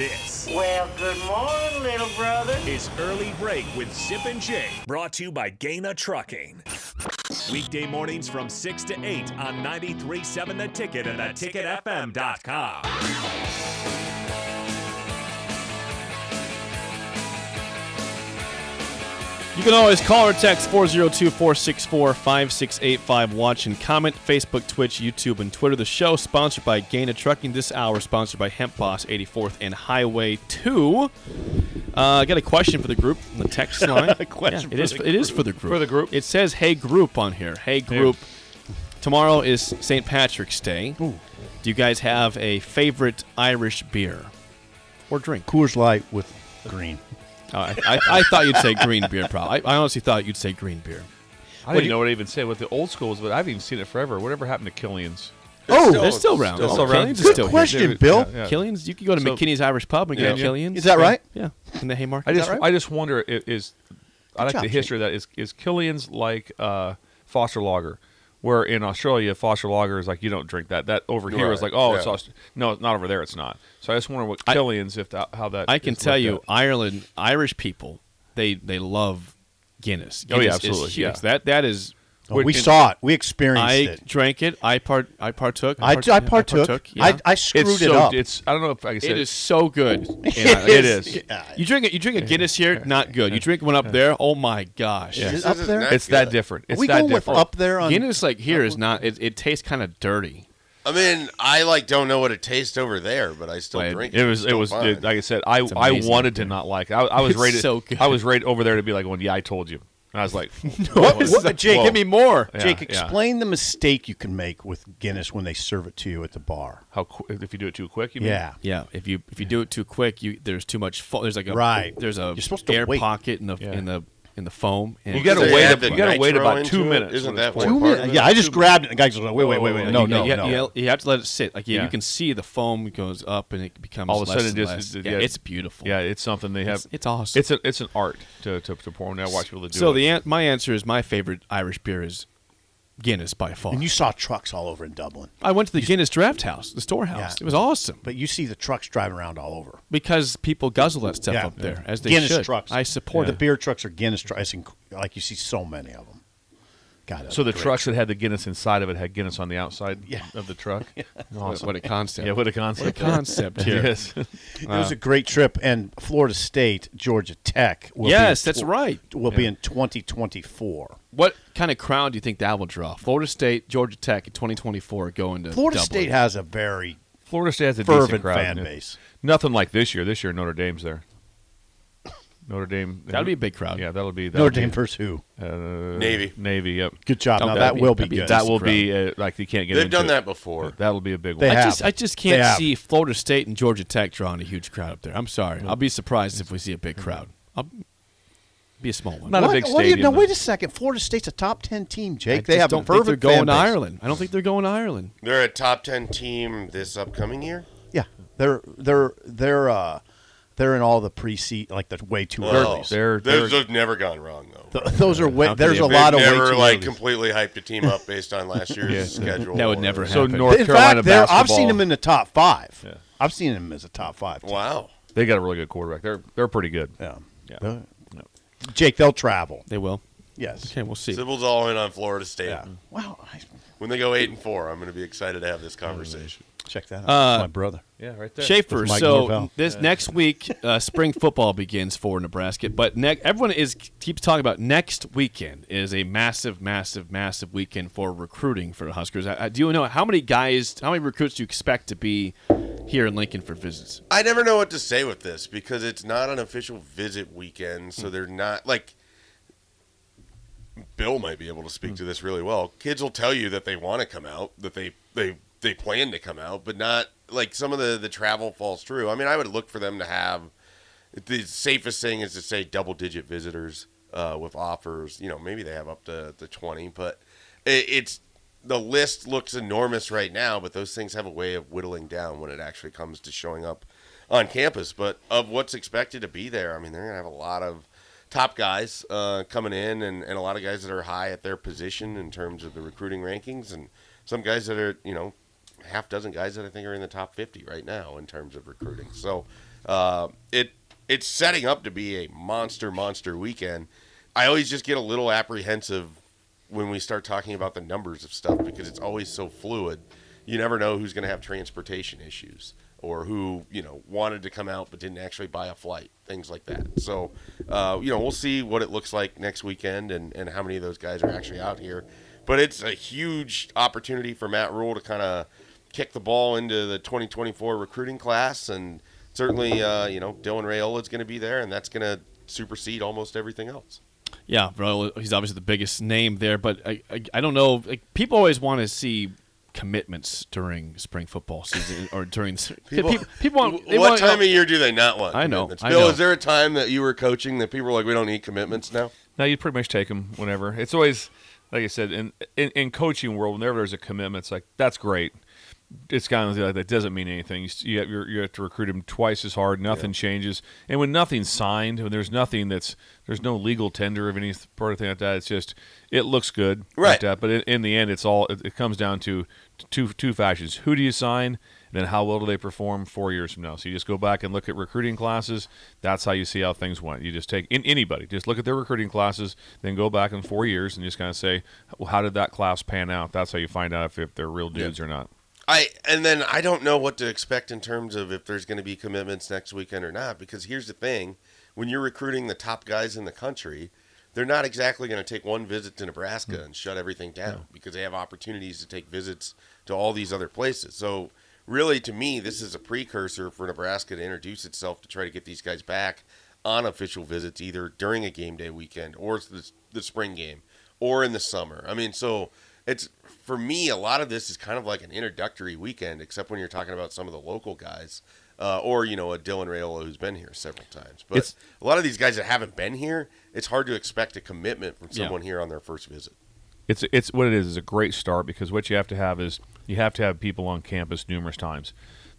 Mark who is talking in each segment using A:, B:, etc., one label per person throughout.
A: This
B: Well, good morning, little brother.
A: is Early Break with Zip and Jay, brought to you by Gaina Trucking. Weekday mornings from 6 to 8 on 93.7 The Ticket and theticketfm.com.
C: You can always call or text 402 464 5685. Watch and comment Facebook, Twitch, YouTube, and Twitter. The show sponsored by Gaina Trucking. This hour sponsored by Hemp Boss 84th and Highway 2. Uh, I got a question for the group from the text line. a question it, is, it is for the group.
D: For the group.
C: It says, Hey Group on here. Hey Group. Tomorrow is St. Patrick's Day. Do you guys have a favorite Irish beer or drink?
D: Coors Light with green.
C: Oh, I, I, I thought you'd say green beer, probably. I, I honestly thought you'd say green beer.
D: I didn't know what I even said with the old schools, but I've even seen it forever. Whatever happened to Killian's?
C: Oh, they're still around.
D: still
C: Oh,
D: around.
C: Killian's is
D: Good
C: still
D: question,
C: here.
D: Dude, Bill. yeah, yeah.
C: Killian's, you can go to
D: So-
C: McKinney's Irish Pub and get
D: Yeah.
C: Killian's.
E: Is that right?
C: Yeah, in the Haymarket.
D: I
C: Is
D: just
C: that right?
D: I just wonder i- is I like
E: job,
D: the
E: Jake.
D: history of that is is Killian's like uh, Foster Lager, where in Australia Foster Lager is like you don't drink that. That over here is
F: Right,
D: like oh
F: yeah.
D: it's Aust- no it's not over there it's not. So I just wonder what
C: I-
D: Killian's if that, how that
C: I can
D: is
C: tell
D: looked
C: you,
D: at.
C: Ireland, Irish people, they they love Guinness.
D: Oh, yeah,
C: Guinness is
D: absolutely,
C: huge.
D: yeah.
C: That that is.
E: Oh, we saw it. We experienced
C: I
E: it.
C: drank it. I part. I partook.
E: I,
C: part-
E: I partook. I,
C: yeah.
E: I, screwed
D: it's
E: it
D: so,
E: up.
D: It's I don't know if I can say
C: it is so good. Yeah,
D: It is.
E: Yeah.
C: You drink it. You drink a Guinness here, not good. You drink one up there, oh my gosh.
E: Is it
F: This
E: up
F: is
E: there?
F: not
D: It's that
F: good.
D: different.
E: Are
D: It's
E: we
D: that
E: going with
D: different.
E: up there on Uh,
C: Guinness like here is not. It, it tastes kind of dirty.
F: I mean, I like don't know what it tastes over there, but I still
C: Like,
F: drink it.
D: It was. It
F: Still
D: was.
F: fine.
D: It, like I said, I I
C: amazing,
D: wanted to not like. It. I, I was
C: It's
D: rated.
C: so good.
D: I was rated over there to be like, "One, yeah, I told you." And I was like,
E: What was the- Jake,
D: whoa.
E: give me
C: more.
D: Yeah,
E: Jake,
D: yeah.
E: explain the mistake you can make with Guinness when they serve it to you at the bar.
D: How qu- if you do it too quick? You mean?
E: Yeah.
C: Yeah, if you if you do it too quick, you there's too much foam. There's like a
E: Right.
C: There's a
E: You're supposed to
C: air
E: wait.
C: pocket in the
D: Yeah.
C: in the in the foam. And
D: You gotta
F: They
D: wait
F: add
D: a-
F: the
D: you gotta wait
F: nitro
D: about
F: into
D: two
F: it?
D: minutes
F: Isn't
D: when
F: that
D: it's
F: part
E: Two
F: of
E: minutes.
F: it?
E: Yeah, I just grabbed it. and The guy goes, wait, wait, wait, wait. No,
D: whoa,
E: no,
C: you,
E: no.
C: You, you have to let it sit. Like you,
D: Yeah.
C: you can see the foam goes up and it becomes
D: All of a
C: less
D: sudden, it
C: and
D: just
C: less.
D: it-
C: yeah, it's beautiful.
D: Yeah, it's something they have.
C: It's- it's awesome.
D: It's a, it's an art to to, to pour. Now watch people to do
C: so
D: it.
C: the an- my answer is my favorite Irish beer is Guinness by far.
E: And you saw trucks all over in Dublin.
C: I went to the Guinness Draft House, the storehouse.
E: Yeah.
C: It was awesome
E: But you see the trucks driving around all over.
C: because people guzzle that stuff
E: Yeah.
C: up there as they
E: Guinness
C: should.
E: trucks.
C: I support
E: the
C: it.
E: beer trucks are Guinness trucks. It's inc- Like you see so many of them. God,
D: so the
E: great.
D: trucks that had the Guinness inside of it had Guinness on the outside of the truck.
C: What,
D: Awesome.
C: what a concept!
D: yeah, what a
C: What a
D: concept.
C: concept here.
D: yes.
E: It was a great trip, and Florida State, Georgia Tech. Will be
C: Yes,
E: in
C: that's right.
E: Will be in 2024.
C: What kind of crowd do you think that will draw? Florida State, Georgia Tech in 2024 going to
E: Florida
C: Dublin.
E: State has a very
D: Florida State has a decent
E: fervent
D: crowd.
E: fan
D: Yeah.
E: base.
D: Nothing like this year. This year Notre Dame's there. Notre Dame.
C: That'll be a big crowd.
D: Yeah, that'll be. That'll
E: Notre
D: be-
E: Dame versus who?
D: Uh,
F: Navy.
D: Navy. Yep.
E: Good job.
C: Now
E: Now
C: that'd
E: that
C: be-
E: will be
C: that'd be
E: good.
C: a
D: That will be uh, like you can't get.
F: They've
D: into
F: done
D: it.
F: that before.
D: That'll be a big one.
E: They
C: I
E: have.
C: just I just
E: They
C: can't
E: have.
C: see Florida State and Georgia Tech drawing a huge crowd up there. I'm sorry. I'll be surprised if we see a big crowd. I'll be a small one.
D: Not a
E: What-
D: big
E: what do you-
D: stadium.
E: now
D: though.
E: wait a second. Florida State's a top ten team,
C: I
E: Jake.
C: just
E: they have
C: don't
E: a
C: think
E: fervent
C: they're going
E: fan
C: to
E: base.
C: Ireland. I don't think they're going to Ireland.
F: They're a top ten team this upcoming year.
E: Yeah, they're they're they're uh, they're in all the pre seat like the way
F: Oh.
E: too early.
D: they're-
F: those
D: they're-
F: have never gone wrong though.
E: Th- those are way,
C: How could
E: there's
C: they
E: a
C: have-
F: They've
E: lot of way
F: never
E: too
F: like
E: early.
F: completely hyped a team up based on last year's schedule.
C: That would
F: or-
C: never happen.
D: So
C: Yeah, but-
D: North
E: in
D: Carolina
E: fact, they're, I've
D: basketball.
E: seen them in the top five. I've seen them as a top five. team.
F: Wow.
D: They got a really good quarterback. They're they're pretty good.
E: Yeah.
D: Yeah.
E: They're- Jake, they'll travel.
C: They will.
E: Yes.
C: Okay, we'll see.
F: Sybil's all in on Florida State.
E: Yeah. Wow. I,
F: When they go eight and four, I'm going to be excited to have this conversation.
E: check that out.
C: Uh,
E: my brother.
D: Yeah, right there.
C: Schaefer.
E: With Mike
C: So
E: Norvell.
C: this next week, uh, spring football begins for Nebraska. But ne- everyone is keeps talking about next weekend is a massive, massive, massive weekend for recruiting for the Huskers. I, I, do you know how many guys, how many recruits do you expect to be here in Lincoln for visits?
F: I never know what to say with this because it's not an official visit weekend, so they're not like Bill might be able to speak to this really well. Kids will tell you that they want to come out, that they they they plan to come out, but not like some of the the travel falls through. I mean, I would look for them to have the safest thing is to say double digit visitors uh, with offers. You know, maybe they have up to the twenty, but it, it's the list looks enormous right now. But those things have a way of whittling down when it actually comes to showing up on campus. But of what's expected to be there, I mean, they're gonna have a lot of top guys uh, coming in and, and a lot of guys that are high at their position in terms of the recruiting rankings and some guys that are you know half dozen guys that i think are in the top 50 right now in terms of recruiting so Uh, it it's setting up to be a monster monster weekend. I always just get a little apprehensive when we start talking about the numbers of stuff because it's always so fluid. You never know who's going to have transportation issues or who you know wanted to come out but didn't actually buy a flight, things like that. So uh, you know we'll see what it looks like next weekend and and how many of those guys are actually out here. But it's a huge opportunity for Matt Rule to kind of kick the ball into the 2024 recruiting class, and certainly uh, you know Dylan Rayola is going to be there, and that's going to supersede almost everything else.
C: Yeah, bro, he's obviously the biggest name there, but I, I, I don't know. Like, people always want to see commitments during spring football season or during people, people, people want. they
F: what
C: want-
F: time of year do they not want?
C: I know,
F: commitments?
C: I
F: Bill,
C: know.
F: is there a time that you were coaching that people were like, we don't need commitments now?
D: No, you pretty much take them whenever. It's always like I said in in, in coaching world. Whenever there's a commitment, it's like that's great. It's kind of like that doesn't mean anything. You s- You have, you're- you have to recruit him twice as hard. Nothing changes, and when nothing's signed, when there's nothing that's there's no legal tender of any th- part of thing like that, it's just it looks good, like
F: Right.
D: that. But in, in the end, it's all it, it comes down to two two factions: who do you sign, and then how well do they perform four years from now? So you just go back and look at recruiting classes. That's how you see how things went. You just take in anybody, just look at their recruiting classes, then go back in four years and just kind of say, well, how did that class pan out? That's how you find out if, if they're real dudes or not.
F: I and then I don't know what to expect in terms of if there's going to be commitments next weekend or not because here's the thing, when you're recruiting the top guys in the country, they're not exactly going to take one visit to Nebraska and shut everything down because they have opportunities to take visits to all these other places. So really to me this is a precursor for Nebraska to introduce itself to try to get these guys back on official visits either during a game day weekend or the, the spring game or in the summer. I mean, so it's for me a lot of this is kind of like an introductory weekend, except when you're talking about some of the local guys, uh, or you know a Dylan Rayola who's been here several times. But
D: It's-
F: a lot of these guys that haven't been here, it's hard to expect a commitment from
C: Yeah.
F: someone here on their first visit.
D: it's it's what it is is a great start because what you have to have is you have to have people on campus numerous times.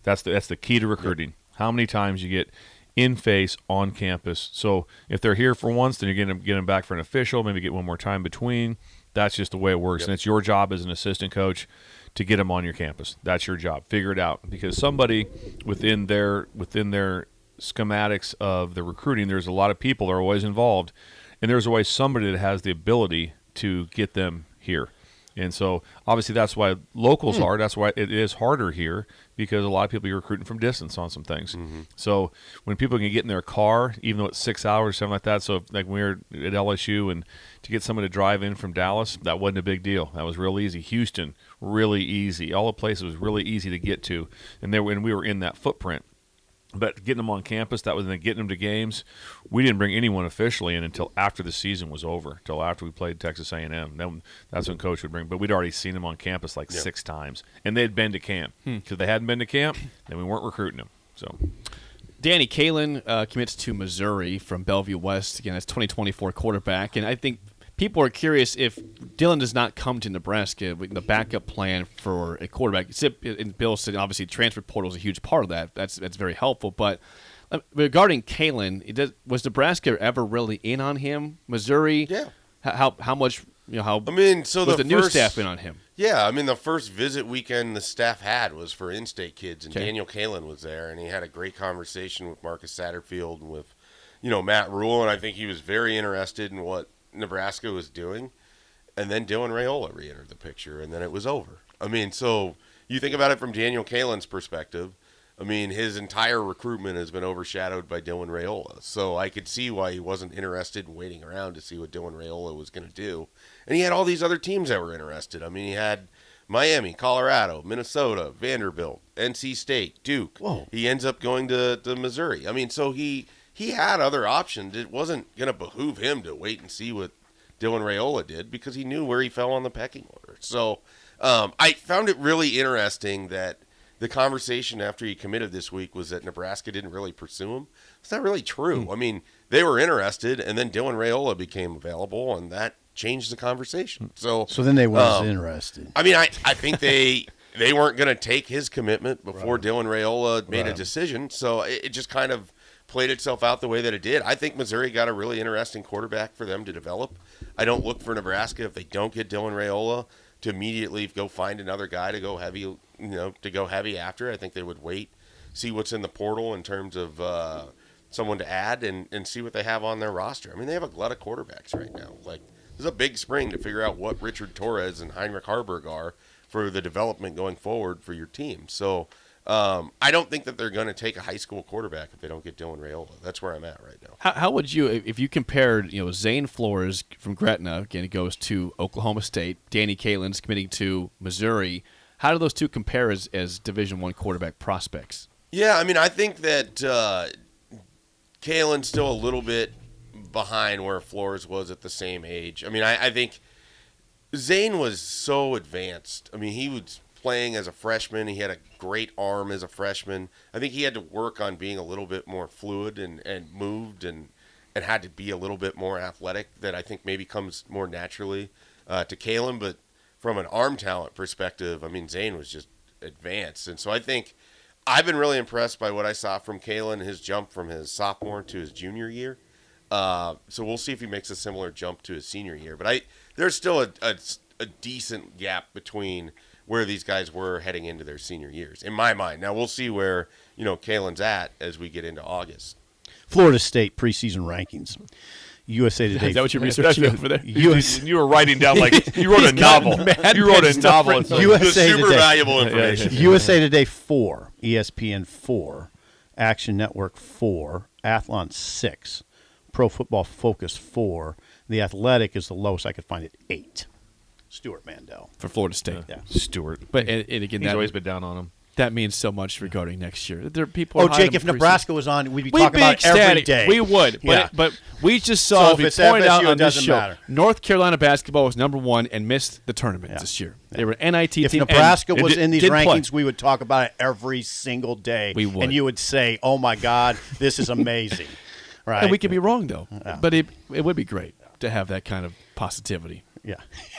D: That's the that's the key to recruiting. How many times you get in face on campus. So if they're here for once, then you're getting get them back for an official. Maybe get one more time between. That's just the way it works, and it's your job as an assistant coach to get them on your campus. That's your job. Figure it out because somebody within their within their schematics of the recruiting, there's a lot of people that are always involved, and there's always somebody that has the ability to get them here. And so obviously that's why locals are. That's why it is harder here because a lot of people you're recruiting from distance on some things. So when people can get in their car, even though it's six hours, something like that. So like we were at LSU and to get someone to drive in from Dallas, that wasn't a big deal. That was real easy. Houston, really easy. All the places was really easy to get to. And there when we were in that footprint. But getting them on campus, that was then getting them to games. We didn't bring anyone officially in until after the season was over, until after we played Texas A&M. Then that's when coach would bring. But we'd already seen them on campus like six times, and they'd been to camp because they hadn't been to camp, then we weren't recruiting them. So
C: Danny Kalen uh, commits to Missouri from Bellevue West. Again, that's 2024 quarterback. And I think people are curious if Dylan does not come to Nebraska, with the backup plan for a quarterback. Zip and Bill said, obviously, transfer portal is a huge part of that. That's that's very helpful. But uh, regarding Kalen, it does, was Nebraska ever really in on him? Missouri?
F: Yeah.
C: How, how, how much, you know, how
F: I mean, so
C: was
F: the
C: the, new
F: first-
C: staff in on him?
F: Yeah, I mean the first visit weekend the staff had was for in-state kids, and
C: Okay.
F: Daniel Kalen was there, and he had a great conversation with Marcus Satterfield and with, you know, Matt Rule, and I think he was very interested in what Nebraska was doing, and then Dylan Rayola re-entered the picture, and then it was over. I mean, so you think about it from Daniel Kalen's perspective. I mean, his entire recruitment has been overshadowed by Dylan Rayola, so I could see why he wasn't interested in waiting around to see what Dylan Rayola was going to do. And he had all these other teams that were interested. I mean, he had Miami, Colorado, Minnesota, Vanderbilt, NC State, Duke. Whoa. He ends up going to, to Missouri. I mean, so he he had other options. It wasn't going to behoove him to wait and see what Dylan Rayola did because he knew where he fell on the pecking order. So um, I found it really interesting that the conversation after he committed this week was that Nebraska didn't really pursue him. It's not really true.
E: Hmm.
F: I mean, they were interested, and then Dylan Rayola became available, and that changed the conversation. So
E: So then they was
F: um,
E: interested.
F: I mean, I, I think they they weren't going to take his commitment before Dylan Rayola made a decision. So it, it just kind of played itself out the way that it did. I think Missouri got a really interesting quarterback for them to develop. I don't look for Nebraska if they don't get Dylan Rayola to immediately go find another guy to go heavy, you know, to go heavy after. I think they would wait see what's in the portal in terms of uh, someone to add and, and see what they have on their roster. I mean, they have a lot of quarterbacks right now. Like, there's a big spring to figure out what Richard Torres and Heinrich Harburg are for the development going forward for your team. So, um, I don't think that they're going to take a high school quarterback if they don't get Dylan Rayola. That's where I'm at right now.
C: How, how would you, if if you compared, you know, Zane Flores from Gretna, again, he goes to Oklahoma State, Danny Kalin's committing to Missouri. How do those two compare as, as Division One quarterback prospects?
F: Yeah, I mean, I think that uh, Kalen's still a little bit behind where Flores was at the same age. I mean, I, I think Zane was so advanced. I mean, he was playing as a freshman. He had a great arm as a freshman. I think he had to work on being a little bit more fluid and, and moved and, and had to be a little bit more athletic that I think maybe comes more naturally uh, to Kalen. But from an arm talent perspective, I mean, Zane was just advanced. And so I think I've been really impressed by what I saw from Kalen, his jump from his sophomore to his junior year. Uh, so we'll see if he makes a similar jump to his senior year. But I there's still a, a, a decent gap between where these guys were heading into their senior years, in my mind. Now we'll see where you know Kalen's at as we get into August.
E: Florida State preseason rankings. USA Today.
C: Is that what you're researching over there?
D: You,
E: US,
D: you were writing down like you wrote a novel. You wrote a novel. It's like,
E: You-
F: This
E: USA
F: super
E: Today.
F: valuable information.
E: USA Today four, E ESPN four, Action Network four, Athlon six, Pro Football Focus four. The Athletic is the lowest I could find at eight. Stuart Mandel.
C: for Florida State.
E: Yeah.
D: Stewart.
C: But and, and again,
D: He's
C: that,
D: always been down on him.
C: that means so much regarding next year. There are people.
E: Oh,
C: are high
E: Jake,
C: in
E: if
C: the preseason.
E: Nebraska was on, we'd be
C: We'd
E: talking
C: be
E: about every
C: ecstatic.
E: day.
C: We would, but
E: Yeah.
C: but we just saw
E: So
C: as
E: if
C: we
E: it's
C: pointed out
E: FSU, it
C: on this
E: doesn't
C: show.
E: matter.
C: North Carolina basketball was number one and missed the tournament
E: Yeah.
C: this year. They were an NIT
E: if
C: team. and
E: Nebraska
C: it
E: was
C: did-
E: in these
C: did play.
E: rankings, we would talk about it every single day.
C: We would.
E: and you would say, "Oh my God, this is amazing!" right?
C: and we could be wrong though. But it it would be great to have that kind of positivity.
E: yeah.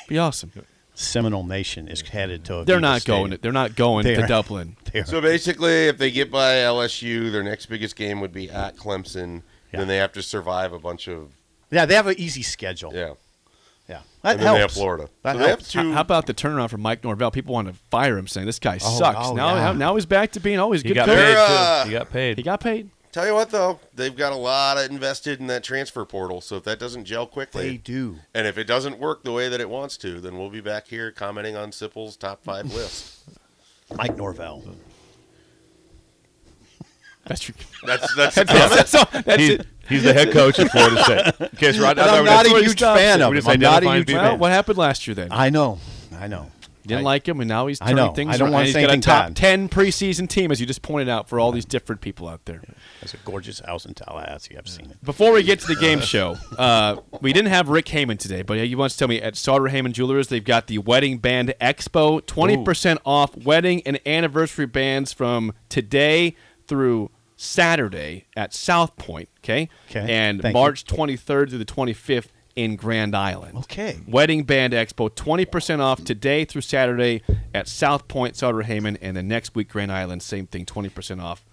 C: Be awesome.
E: Seminole Nation is headed to.
C: They're
E: Aviva
C: not
E: Stadium.
C: going. They're not going
E: They
C: to
E: are.
C: Dublin.
E: They are-
F: So basically, if they get by LSU, their next biggest game would be at Clemson.
E: Yeah.
F: Then they have to survive a bunch of
E: yeah, they have an easy schedule.
F: yeah.
E: yeah. That
F: and then
E: helps.
F: they have Florida.
E: That
F: so they have
E: helps.
F: two.
C: How how about the turnaround for Mike Norvell? People want to fire him, saying this guy
E: Oh,
C: sucks.
E: oh,
C: now,
E: yeah.
C: now he's back to being always
D: He
C: good
D: got
C: coach.
F: They're,
D: paid.
F: uh,
D: too. He got paid.
C: He got paid.
F: Tell you what, though, they've got a lot of invested in that transfer portal. So if that doesn't gel quickly,
E: They do.
F: and if it doesn't work the way that it wants to, then we'll be back here commenting on Sipple's top five list.
E: Mike Norvell.
F: Mm.
C: That's your,
F: That's that's the
C: that's,
F: comment.
C: all- that's
D: He-
C: it.
D: he's the head coach at Florida State. Okay, so right
E: And I'm not a
C: where he
E: huge
C: stops
E: fan
D: it.
E: of
D: We
E: him.
D: just
E: I'm not a
D: identifying
E: huge
D: people.
C: Well,
E: fan.
C: what happened last year then?
E: I know. I know.
C: Didn't
E: I-
C: like him, and now he's
E: I
C: turning
E: know.
C: things
E: I don't
C: around.
E: wanna
C: he's
E: say
C: got a
E: anything
C: top
E: bad.
C: ten preseason team, as you just pointed out, for all these different people out there.
E: That's a gorgeous house in Tallahassee. I've seen it.
C: Before we get to the game show, uh, we didn't have Rick Heyman today, but he wants to tell me at Sauter Heyman Jewelers they've got the Wedding Band Expo, twenty percent off wedding and anniversary bands from today through Saturday at South Point. Okay,
E: 'Kay.
C: and
E: Thank you.
C: March twenty third through the twenty fifth in Grand Island.
E: Okay.
C: Wedding Band Expo, 20% off today through Saturday at South Point, Sauter Heyman, and the next week, Grand Island, same thing, 20% off.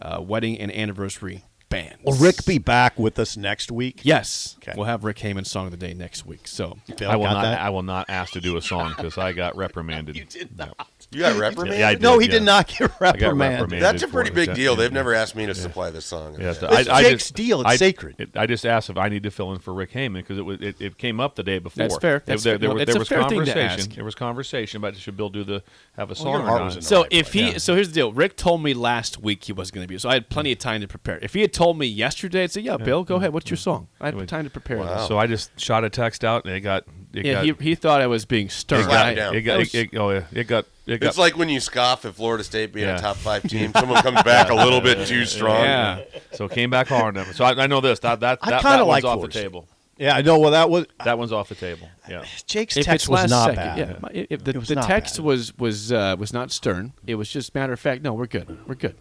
C: Uh, wedding and anniversary bands.
E: Will Rick be back with us next week?
C: Yes.
E: Okay.
C: We'll have Rick Heyman's Song of the Day next week. So
E: Bill
D: I will
E: got
D: not.
E: that?
D: I will not ask to do a song because I got reprimanded. you did not.
F: You got reprimanded.
D: Yeah, I
E: no,
D: did,
E: he
D: yeah.
E: did not get reprimanded.
D: reprimanded.
F: That's a
D: for
F: pretty
D: it.
F: big
D: Yeah,
F: deal.
D: yeah,
F: They've
D: yeah.
F: never asked me to supply this song.
D: Yeah, so
E: It's
D: I, I
E: Jake's
D: just,
E: deal. It's
D: I-
E: sacred.
D: it- I just asked if I need to fill in for Rick Heyman because it was it, it came up the day before.
C: That's fair.
D: There-
C: That's
D: there,
C: fair.
D: there
C: No,
D: was,
C: it's
D: there
C: a
D: was
C: fair thing to
D: conversation.
C: ask.
D: There was conversation about should Bill do the have a song
E: your
D: or
E: heart
D: not.
E: was in the
C: So
E: right
C: if
E: way.
C: he so here's the deal. Rick told me last week he was going to be. So I had plenty of time to prepare. If he had told me yesterday, I'd say, "Yeah, Bill, go ahead. What's your song?" I had
D: Anyway.
C: time to prepare. this.
D: So I just shot a text out and it got it
C: yeah,
D: got
C: he, he thought I was being stern.
F: Slapped
C: I-
F: down.
D: it got it, it- oh yeah it got it got
F: It's like when you scoff at Florida State being
D: Yeah.
F: a top five team. Someone comes back a little bit too strong.
C: yeah.
D: so it came back hard on him. So I, I know this that that
E: I
D: that,
E: kinda
D: that one's
E: like
D: off the
E: Florida State.
D: table.
E: Yeah, I know. Well, that was
D: That one's off the table. Yeah.
E: Jake's
C: if
E: text
C: it's
E: was
C: last
E: not
C: second,
E: bad.
C: yeah. My- If, if the,
E: It was
C: the
E: not
C: text
E: bad.
C: was was uh, was not stern, it was just matter of fact. No, we're good. We're good.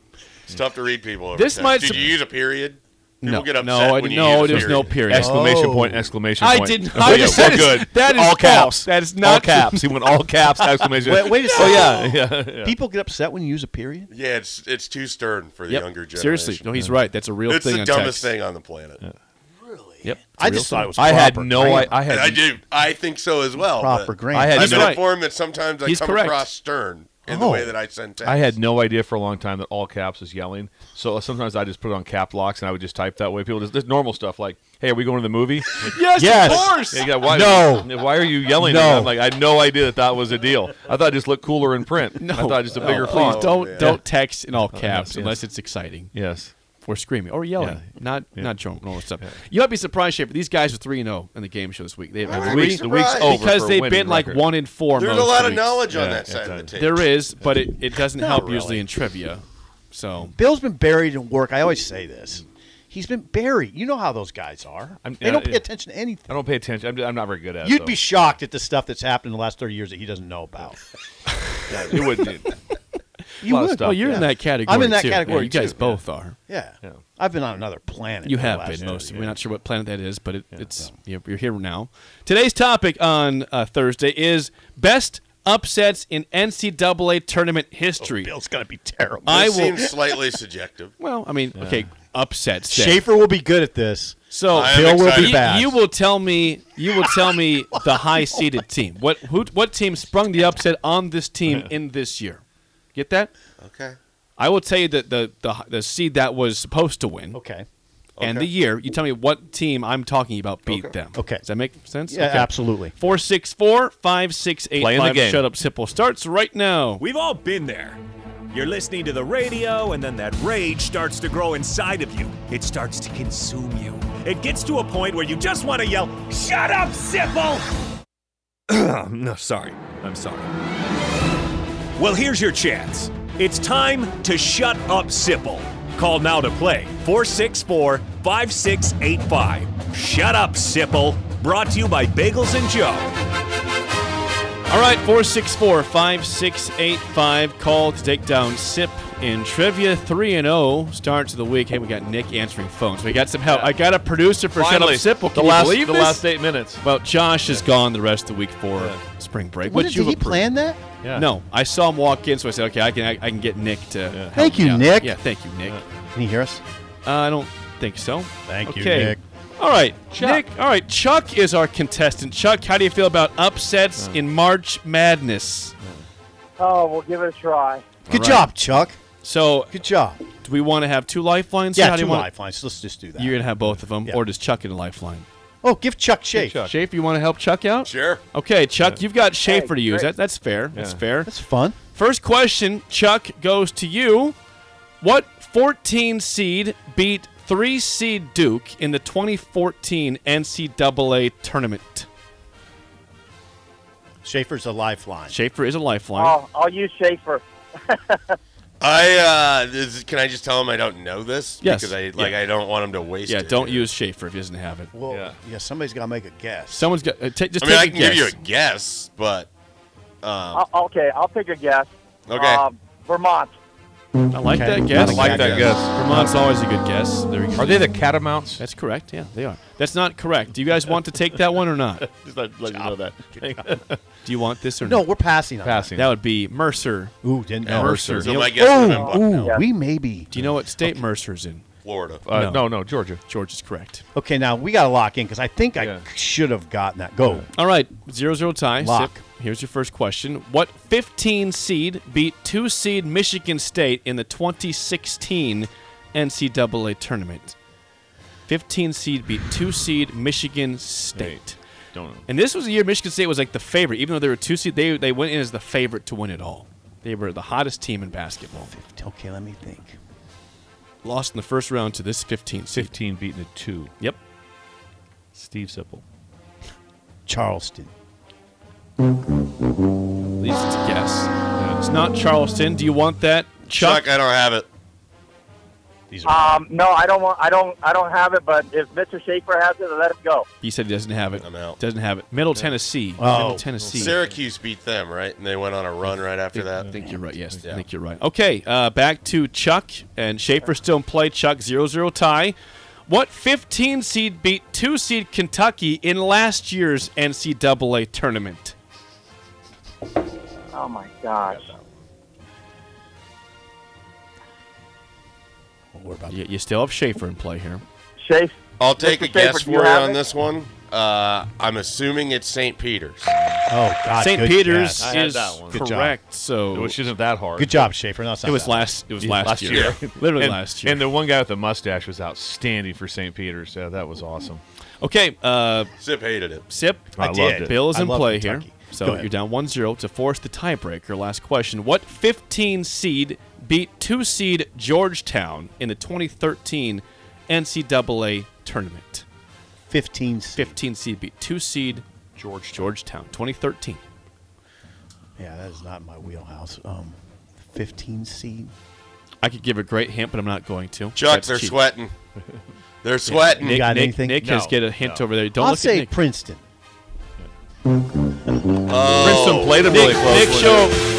F: It's tough to read people. Over
C: This
F: text.
C: might
F: Did
C: sup-
F: you use a period? People
C: no,
F: get upset
C: no, I
F: when
C: didn't-
F: you
C: no.
F: use a
C: There's no
F: period.
C: period.
D: Exclamation
E: Oh.
D: point! Exclamation
C: I
D: point!
C: did not-
D: Oh, yeah,
C: that
D: we're
C: is-
D: good.
C: that is
D: all
C: false.
D: caps.
C: That is
D: all
C: not true.
D: caps. He went all caps. Exclamation!
E: Wait, wait a second.
D: Oh yeah, yeah.
E: People get upset when you use a period.
F: Yeah, it's it's too stern for the
C: Yep.
F: younger generation.
C: Seriously, no, he's right. That's a real
F: it's
C: thing.
F: the
C: on
F: dumbest
C: text.
F: thing on the planet.
C: Yep.
E: I just thought it was.
D: I had
E: proper
D: no. I,
E: grammar.
D: I had.
F: And I do. I think so as well.
E: proper
F: but
E: grammar.
D: I had
F: I've
D: He's
F: been
C: right.
F: informed that sometimes I
C: He's
F: come
C: correct. Oh.
F: across stern. in the way that I send text.
D: I had no idea for a long time that all caps is yelling. So sometimes I just put it on cap locks and I would just type that way. People just, there's normal stuff like, hey, are we going to the movie?
C: Yes,
E: Yes.
C: of course.
D: Yeah, you got- why,
E: No.
D: Why are you yelling?
E: No.
D: at me? I'm like, I had no idea that that was a deal. I thought it just looked cooler in print.
C: No,
D: I thought just a
C: no,
D: bigger
C: please
D: font.
C: don't
F: man.
C: don't text in all caps
D: yes,
C: unless it's exciting
D: Yes.
C: or screaming or yelling.
D: Yeah.
C: Not not drunk normal stuff. You might be surprised, Shaper. These guys are three and zero in the game show this week. They
F: I
C: have
F: wouldn't
C: three
F: be surprised.
D: over
C: because
D: for
C: they've
D: winning
C: been like
D: record.
C: one in four.
F: There's a
C: most
F: lot of
C: weeks.
F: knowledge on
D: Yeah,
F: that side
D: yeah,
F: of the table.
C: There is, but it, it doesn't
F: Not
C: help
F: really.
C: usually in trivia. So
E: Bill's been buried in work. I
C: Mm.
E: always say this. He's been buried. You know how those guys are.
D: I'm-
E: they don't
D: yeah,
E: pay
D: yeah.
E: attention to anything.
D: I don't pay attention. I'm, I'm not very good at it.
E: You'd
D: though.
E: be shocked at the stuff that's happened in the last 30 years that he doesn't know about.
D: It would be.
E: You
D: lot of
E: would.
D: stuff.
C: well, you're in
E: yeah.
C: that category.
E: I'm in that
C: too. Yeah,
E: category,
C: you guys
E: too,
C: both are.
E: Yeah.
D: Yeah.
E: I've been on another planet.
C: You
E: for the
C: have
E: last
C: been most.
E: 30
C: We're
E: years.
C: not sure what planet that is, but it, it's you're, you're here now. Today's topic on uh, Thursday is best upsets in NCAA tournament history.
E: Bill's going to be terrible.
C: I
F: This
C: will.
F: seems slightly subjective.
C: well, I mean, okay, upsets. then.
E: Schaefer will be good at this.
C: So
F: I am
E: Bill will
F: excited.
E: be
C: you,
E: back.
C: you will tell me. You will tell me the high seeded team. What who? What team sprung the upset on this team in this year? Get that?
F: Okay.
C: I will tell you that the the the seed that was supposed to win
E: Okay.
C: and
F: Okay.
C: the year. You tell me what team I'm talking about beat them.
E: Okay.
C: Does that make sense?
E: Yeah,
C: Okay.
E: absolutely.
C: Four six four five six eight
D: Playing the
C: five.
D: game.
C: Shut up, Sipple starts right now.
A: We've all been there. You're listening to the radio, and then that rage starts to grow inside of you. It starts to consume you. It gets to a point where you just want to yell, Shut up, Sipple! no, sorry. I'm sorry. Well, here's your chance. It's time to shut up, Sipple. Call now to play 464 5685. Shut up, Sipple. Brought to you by Bagels and Joe.
C: All right, 464 5685. Call to take down SIP in trivia. 3 and 0 starts of the week. Hey, we got Nick answering phones. We got some help. I got a producer for
D: Finally,
C: Shut Up SIP. Can
D: the
C: you
D: last
C: believe
D: the
C: this?
D: last eight minutes.
C: Well, Josh is gone the rest of the week for spring break.
E: What
C: which
E: did,
C: you
E: did he
C: approved.
E: plan that?
D: Yeah.
C: No, I saw him walk in, so I said, okay, I can I, I can get Nick to. help
E: Thank
C: me
E: you,
C: out.
E: Nick.
C: Yeah, thank you, Nick.
E: Can you hear us?
C: Uh, I don't think so.
E: Thank you,
C: Okay.
E: Nick.
C: All right, Nick. All right, Chuck is our contestant. Chuck, how do you feel about upsets in March Madness?
B: Oh, we'll give it a try.
E: Good
C: right.
E: job, Chuck.
C: So
E: Good job.
C: Do we want to have two lifelines?
E: Yeah,
C: How do
E: two
C: you want-
E: lifelines. Let's just do that.
C: You're gonna have both of them,
E: Yeah.
C: or does Chuck get a lifeline?
E: oh, give Chuck Schaefer.
D: Chuck.
C: Schaefer, you want to help Chuck out?
F: Sure.
C: Okay, Chuck, you've got Schaefer to use.
B: great.
C: That, that's fair. That's
D: Yeah.
C: fair.
E: That's fun.
C: First question, Chuck, goes to you. What 14 seed beat 3 seed Duke in the 2014 NCAA tournament?
E: Schaefer's a lifeline.
C: Schaefer is a lifeline.
B: Oh, I'll use Schaefer.
F: I uh, this, is- can I just tell him I don't know this
C: Yes.
F: because I like
C: Yeah.
F: I don't want him to waste.
C: yeah,
F: it.
C: don't use Schaefer if he doesn't have it.
E: Well, yeah.
D: Yeah.
E: somebody's got to make a guess.
C: Someone's got uh, ta- just
F: I mean,
C: take
F: I
C: a
F: can
C: guess.
F: give you a guess, but
B: I'll, okay, I'll take a guess.
F: Oh. Okay.
B: Um, Vermont.
C: I like
E: Okay.
C: that guess.
E: I
D: like that guess.
C: Vermont's always a good guess. There you go.
D: Are they the catamounts?
C: That's correct. Yeah, they are. That's not correct. Do you guys want to take that one or not?
D: Just let, let you know that.
C: Do you want this or
E: no,
C: not?
E: we're passing on
D: Passing.
C: That would be Mercer.
E: Ooh, didn't know.
C: Mercer.
F: so
C: You know-
F: my guess would have
E: Oh,
F: been
E: ooh,
B: Yeah.
E: we may be.
C: do you know what state Mercer's in?
F: Florida.
D: uh,
C: no.
D: no. no, Georgia.
C: George is correct.
E: Okay, now we got to lock in because I think
D: Yeah.
E: I should have gotten that. Go.
C: All right, zero zero tie.
E: Lock.
C: Sip. Here's your first question. What 15 seed beat 2 seed Michigan State in the 2016 NCAA tournament? 15 seed beat 2 seed Michigan State.
D: Don't know.
C: And this was a year Michigan State was like the favorite, even though they were two seed. They they went in as the favorite to win it all. They were the hottest team in basketball.
E: Okay, let me think.
C: Lost in the first round to this 15 seed.
D: 15 beating a 2.
C: Yep.
D: Steve Sipple.
E: Charleston.
C: At least it's a guess. It's not Charleston. Do you want that, Chuck?
F: Chuck, I don't have it.
E: These are
B: Um, no, I don't want. I don't. I don't have it. But if Mr. Schaefer has it, let him go.
C: he said he doesn't have it.
F: I'm out.
C: Doesn't have it. Middle Tennessee.
E: Oh.
C: Middle Tennessee.
F: Syracuse beat them, right? And they went on a run right after that.
C: I think you're right. Yes, I
F: Yeah.
C: think you're right. Okay, uh, back to Chuck and Schaefer still in play. Chuck 0-0 tie. What 15 seed beat two seed Kentucky in last year's NCAA tournament?
B: Oh my gosh.
E: what we're about.
C: You, you still have Schaefer in play here.
B: Schaefer.
F: I'll take
B: Mr.
F: a guess Oh,
B: Schaefer, do
F: for you
B: have
F: on
B: it?
F: this one. Uh, I'm assuming it's St. Peter's.
E: Oh God,
C: St.
E: good
C: Peter's
E: guess.
D: had
C: is
D: that one.
E: Good job.
C: correct. So
D: which isn't that hard.
E: Good job, Schaefer. No, it's not
C: it was
E: that.
C: last. It was last,
D: last
C: year.
D: year.
C: Literally
D: And,
C: last year.
D: and the one guy with the mustache was outstanding for St. Peter's. Yeah, that was awesome.
C: okay, uh,
F: Sip hated it.
C: Sip.
D: I I loved did. it.
C: Bill is
E: I
C: in
E: love
C: play
E: Kentucky.
C: here.
E: Go
C: So
E: ahead.
C: you're down 1-0 to force the tiebreaker. Last question. What 15 seed beat 2 seed Georgetown in the 2013 NCAA tournament?
E: Fifteen.
C: 15 seed beat 2 seed George Georgetown 2013.
E: Yeah, that is not my wheelhouse. Um, fifteen seed.
C: I could give a great hint, but I'm not going to.
F: Chuck,
C: That's
F: they're
C: cheap.
F: sweating. They're sweating.
C: Nick,
E: got
C: Nick,
E: anything?
C: Nick has
D: No,
C: get a hint
D: no.
C: over there. Don't
E: I'll
C: look
E: say
C: at Nick.
E: Princeton.
C: Princeton played him
D: really close,
C: Nick
D: wasn't
C: show.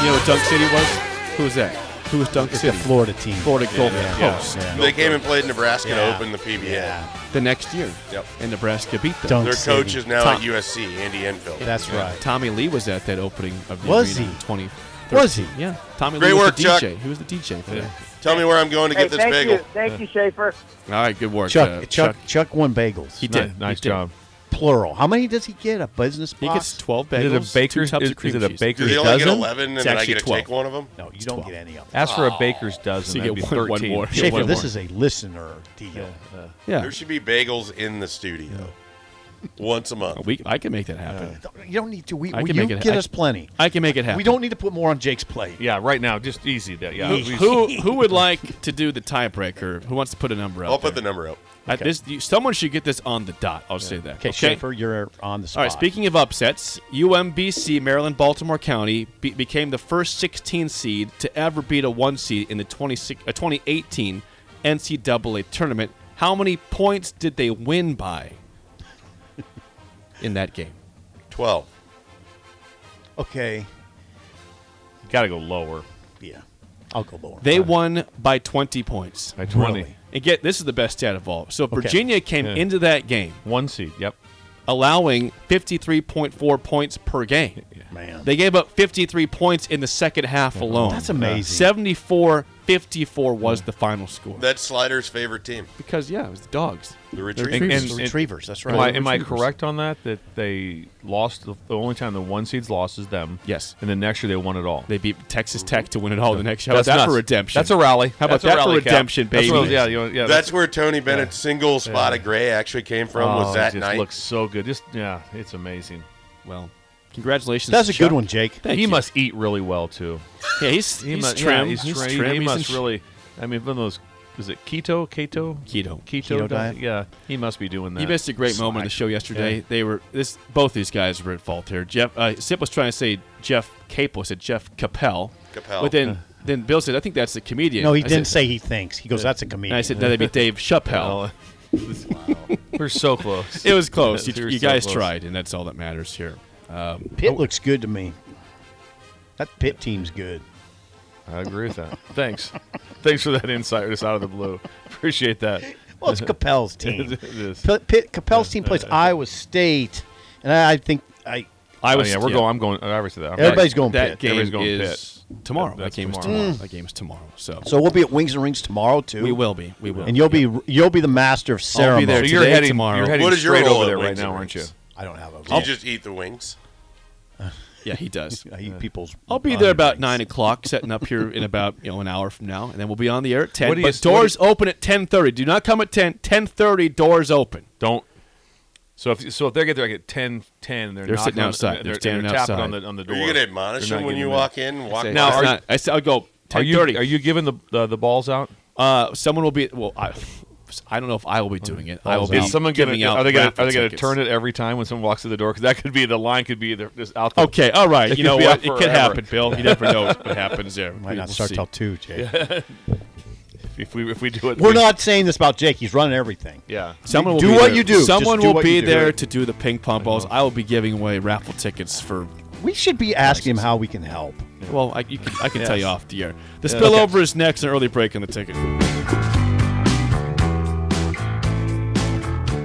C: You know what Dunk City was? Who was that? Who was Dunk
E: It's
C: City?
E: the Florida team.
C: Florida Gulf
E: yeah,
C: Coast.
E: yeah.
F: They came and played Nebraska to
E: Yeah.
F: open the PBA.
E: Yeah.
C: The next year.
F: Yep.
C: And Nebraska beat them.
E: Dunk
F: Their coach
E: City.
F: is now
E: Top.
F: at USC, Andy Enfield.
E: That's right.
C: Tommy Lee was at that opening of the
E: Was
C: arena
E: he?
C: in 20.
E: Was he?
C: Yeah. Tommy
F: Great
C: Lee was
F: work,
C: the
F: Chuck.
C: DJ. He was the DJ for that.
F: Tell me where I'm going to
B: Hey,
F: get this
B: thank
F: bagel.
B: you, thank you, Schaefer.
C: All right, good work.
E: Chuck,
C: uh,
E: Chuck, Chuck won bagels.
C: He
D: Ni-
C: did.
D: nice
C: he did.
D: job.
E: plural. How many does he get? A business
C: He
E: box?
C: gets 12 bagels,
D: Is it a
C: two
D: baker's?
C: tubs
D: Is,
C: of cream
D: is it a
C: cheese.
F: Do
D: baker's
F: they only
D: dozen?
F: get 11 and
C: It's
F: then I
C: actually
F: get to
C: 12.
F: take one of them?
E: No, you don't get any of them.
D: Ask for a baker's dozen.
C: So you
D: that'd
C: get
D: be
C: one- one
D: 13.
C: more.
D: Yeah,
C: Schaefer,
E: Schaefer,
D: one
E: this
D: more.
E: is a listener deal.
C: Yeah.
F: There should be bagels in the studio once a month.
C: We, I can make that happen.
E: You don't need to. We,
C: uh, I
E: we-
C: can
E: you
C: make it-
E: get
C: I-
E: us plenty.
C: I can make it happen.
E: Uh, We don't need to put more on Jake's plate.
D: Yeah, right now, just easy. That yeah.
C: Who,
D: we-
C: who who would like to do the tiebreaker? Who wants to put a number up?
F: I'll put the number up.
C: this, you, someone should get this on the dot. I'll say that.
E: Okay, Schaefer, you're on the spot.
C: All right. Speaking of upsets, UMBC Maryland Baltimore County be- became the first 16 seed to ever beat a one seed in the 26 uh, 2018 NCAA tournament. How many points did they win by in that game?
F: 12.
E: Okay.
D: Got to go lower.
E: Yeah. I'll go lower.
C: They won by 20 points.
D: By twenty.
E: Really?
C: And get this is the best stat of all. So Virginia came
D: Yeah.
C: into that game
D: One seed. Yep.
C: allowing 53.4 points per game.
E: Man.
C: They gave up 53 points in the second half alone.
E: That's amazing.
C: 74 54 was the final score.
F: That's Slider's favorite team,
C: Because, yeah, it was the dogs.
F: the
D: And-
F: Retrievers.
D: and-
E: the
D: and-
E: Retrievers, that's
D: Am I,
E: right.
D: am I
C: Retrievers.
D: correct on that? That they lost the, the only time the one seeds lost is them.
C: Yes.
D: And then next year they won it all.
C: They beat Texas Tech to win it all the next year. How about
D: That's
C: that
D: nuts.
C: for redemption?
D: That's a rally.
C: How about
D: That's a
C: that for
D: rally, Cap.
C: redemption,
D: That's
C: baby?
D: what was- yeah, you know, yeah.
F: That's where Tony Bennett's single spot of gray actually came from,
D: Oh,
F: was that
D: just
F: night.
D: looks so good. Just yeah, it's amazing.
C: well, congratulations.
E: That's a
C: Chuck.
E: good one, Jake.
C: Thank
D: he
C: you.
D: must eat really well too.
C: Yeah, he's, he's,
D: must,
C: trim.
D: he's,
C: he's
D: trim.
C: trim.
D: He
C: He's
D: must
C: in
D: really. I mean, one of those. Is it keto? Keto?
C: Keto.
D: Keto,
E: Keto diet?
D: Yeah, he must be doing that.
C: You missed a great moment in the show yesterday.
D: Yeah.
C: They were this. Both these guys were at fault here. Jeff uh, Sip was trying to say Jeff Capel said Jeff Capel.
F: Capel.
C: But then then Bill said I think that's the comedian.
E: No, he
C: I
E: didn't
C: said-
E: say he thinks. He goes, that's a comedian.
C: And I said no, that'd be Dave Chappelle.
D: Oh. We're so close.
C: It was close. You,
D: We're
C: you
D: so
C: guys
D: close.
C: tried, and that's all that matters here. Um,
E: Pitt looks good to me. That Pitt team's good.
D: I agree with that. Thanks. Thanks for that insight just out of the blue. Appreciate that.
E: Well, it's Capel's team.
D: It is.
E: Pitt, Pitt, Capel's team plays Iowa State, and I, I think I
C: I
D: Oh,
C: was.
D: yeah, we're going. I'm going. I already said that. I'm
E: everybody's
D: right.
E: going
C: that
E: Pitt.
C: game
D: Everybody's going
C: is tomorrow.
D: That's
C: that game is
D: tomorrow.
C: tomorrow. That game is tomorrow. So,
E: So we'll be at Wings and Rings tomorrow too.
C: we will be. We will.
E: and you'll be you'll be the master of ceremony.
C: there.
D: So you're
C: Today,
D: heading.
C: tomorrow.
D: You're heading
F: What is your
D: straight
F: role
D: over
F: at
D: there right
F: Wings
D: now,
F: and
D: aren't you?
F: Rings?
E: I don't have a.
F: Do you just eat the wings?
C: Yeah, he does.
E: I eat people's.
C: I'll be there about
E: underings.
C: nine o'clock, setting up here in about you know an hour from now, and then we'll be on the air at ten.
D: What do you-
C: but
D: what do
C: doors open at ten thirty. Do not come at ten. Ten thirty, doors open.
D: Don't. So if so if they get there like at 10, 10 they're,
C: They're
D: knocking
C: sitting
D: on-
C: outside. They're standing
D: tapping
C: outside.
D: on the on the
F: Are
D: door.
F: you going to admonish
D: They're
F: them
D: not
F: when
D: giving
F: you
D: them-
F: walk in? Walk
C: Say,
F: now,
D: Now,
C: it's
D: are you-
C: not- I said I'll go
D: Are
C: ten
D: you are
C: thirty.
D: you giving the the, the balls out?
C: Uh, someone will be. Well, I, I don't know if I will be doing it. I will be
D: Is someone
C: giving
D: gonna,
C: out.
D: Are they gonna
C: raffle
D: are they gonna
C: tickets.
D: turn it every time when someone walks through the door? Because that could be the line could be there just out. The,
C: Okay, all right.
D: It
C: You
D: could
C: know
D: be
C: what?
D: out
C: It could
D: forever.
C: happen, Bill. You never know what happens there.
E: Might not
C: We'll
E: start
C: see.
E: till two, Jake.
D: If we if we do it,
E: We're
D: we-
E: not saying this about Jake. He's running everything.
D: Yeah.
C: Someone will
E: Do
C: be
E: what
C: there.
E: you do.
C: Someone
E: Just do
C: will
E: what
C: be
E: you do.
C: there to do the ping pong balls. I will be giving away raffle tickets for.
E: We should be asking him how we can help.
C: Well, I, you can, I can tell
D: Yes.
C: you off the air. The spillover is next. An early break on the ticket.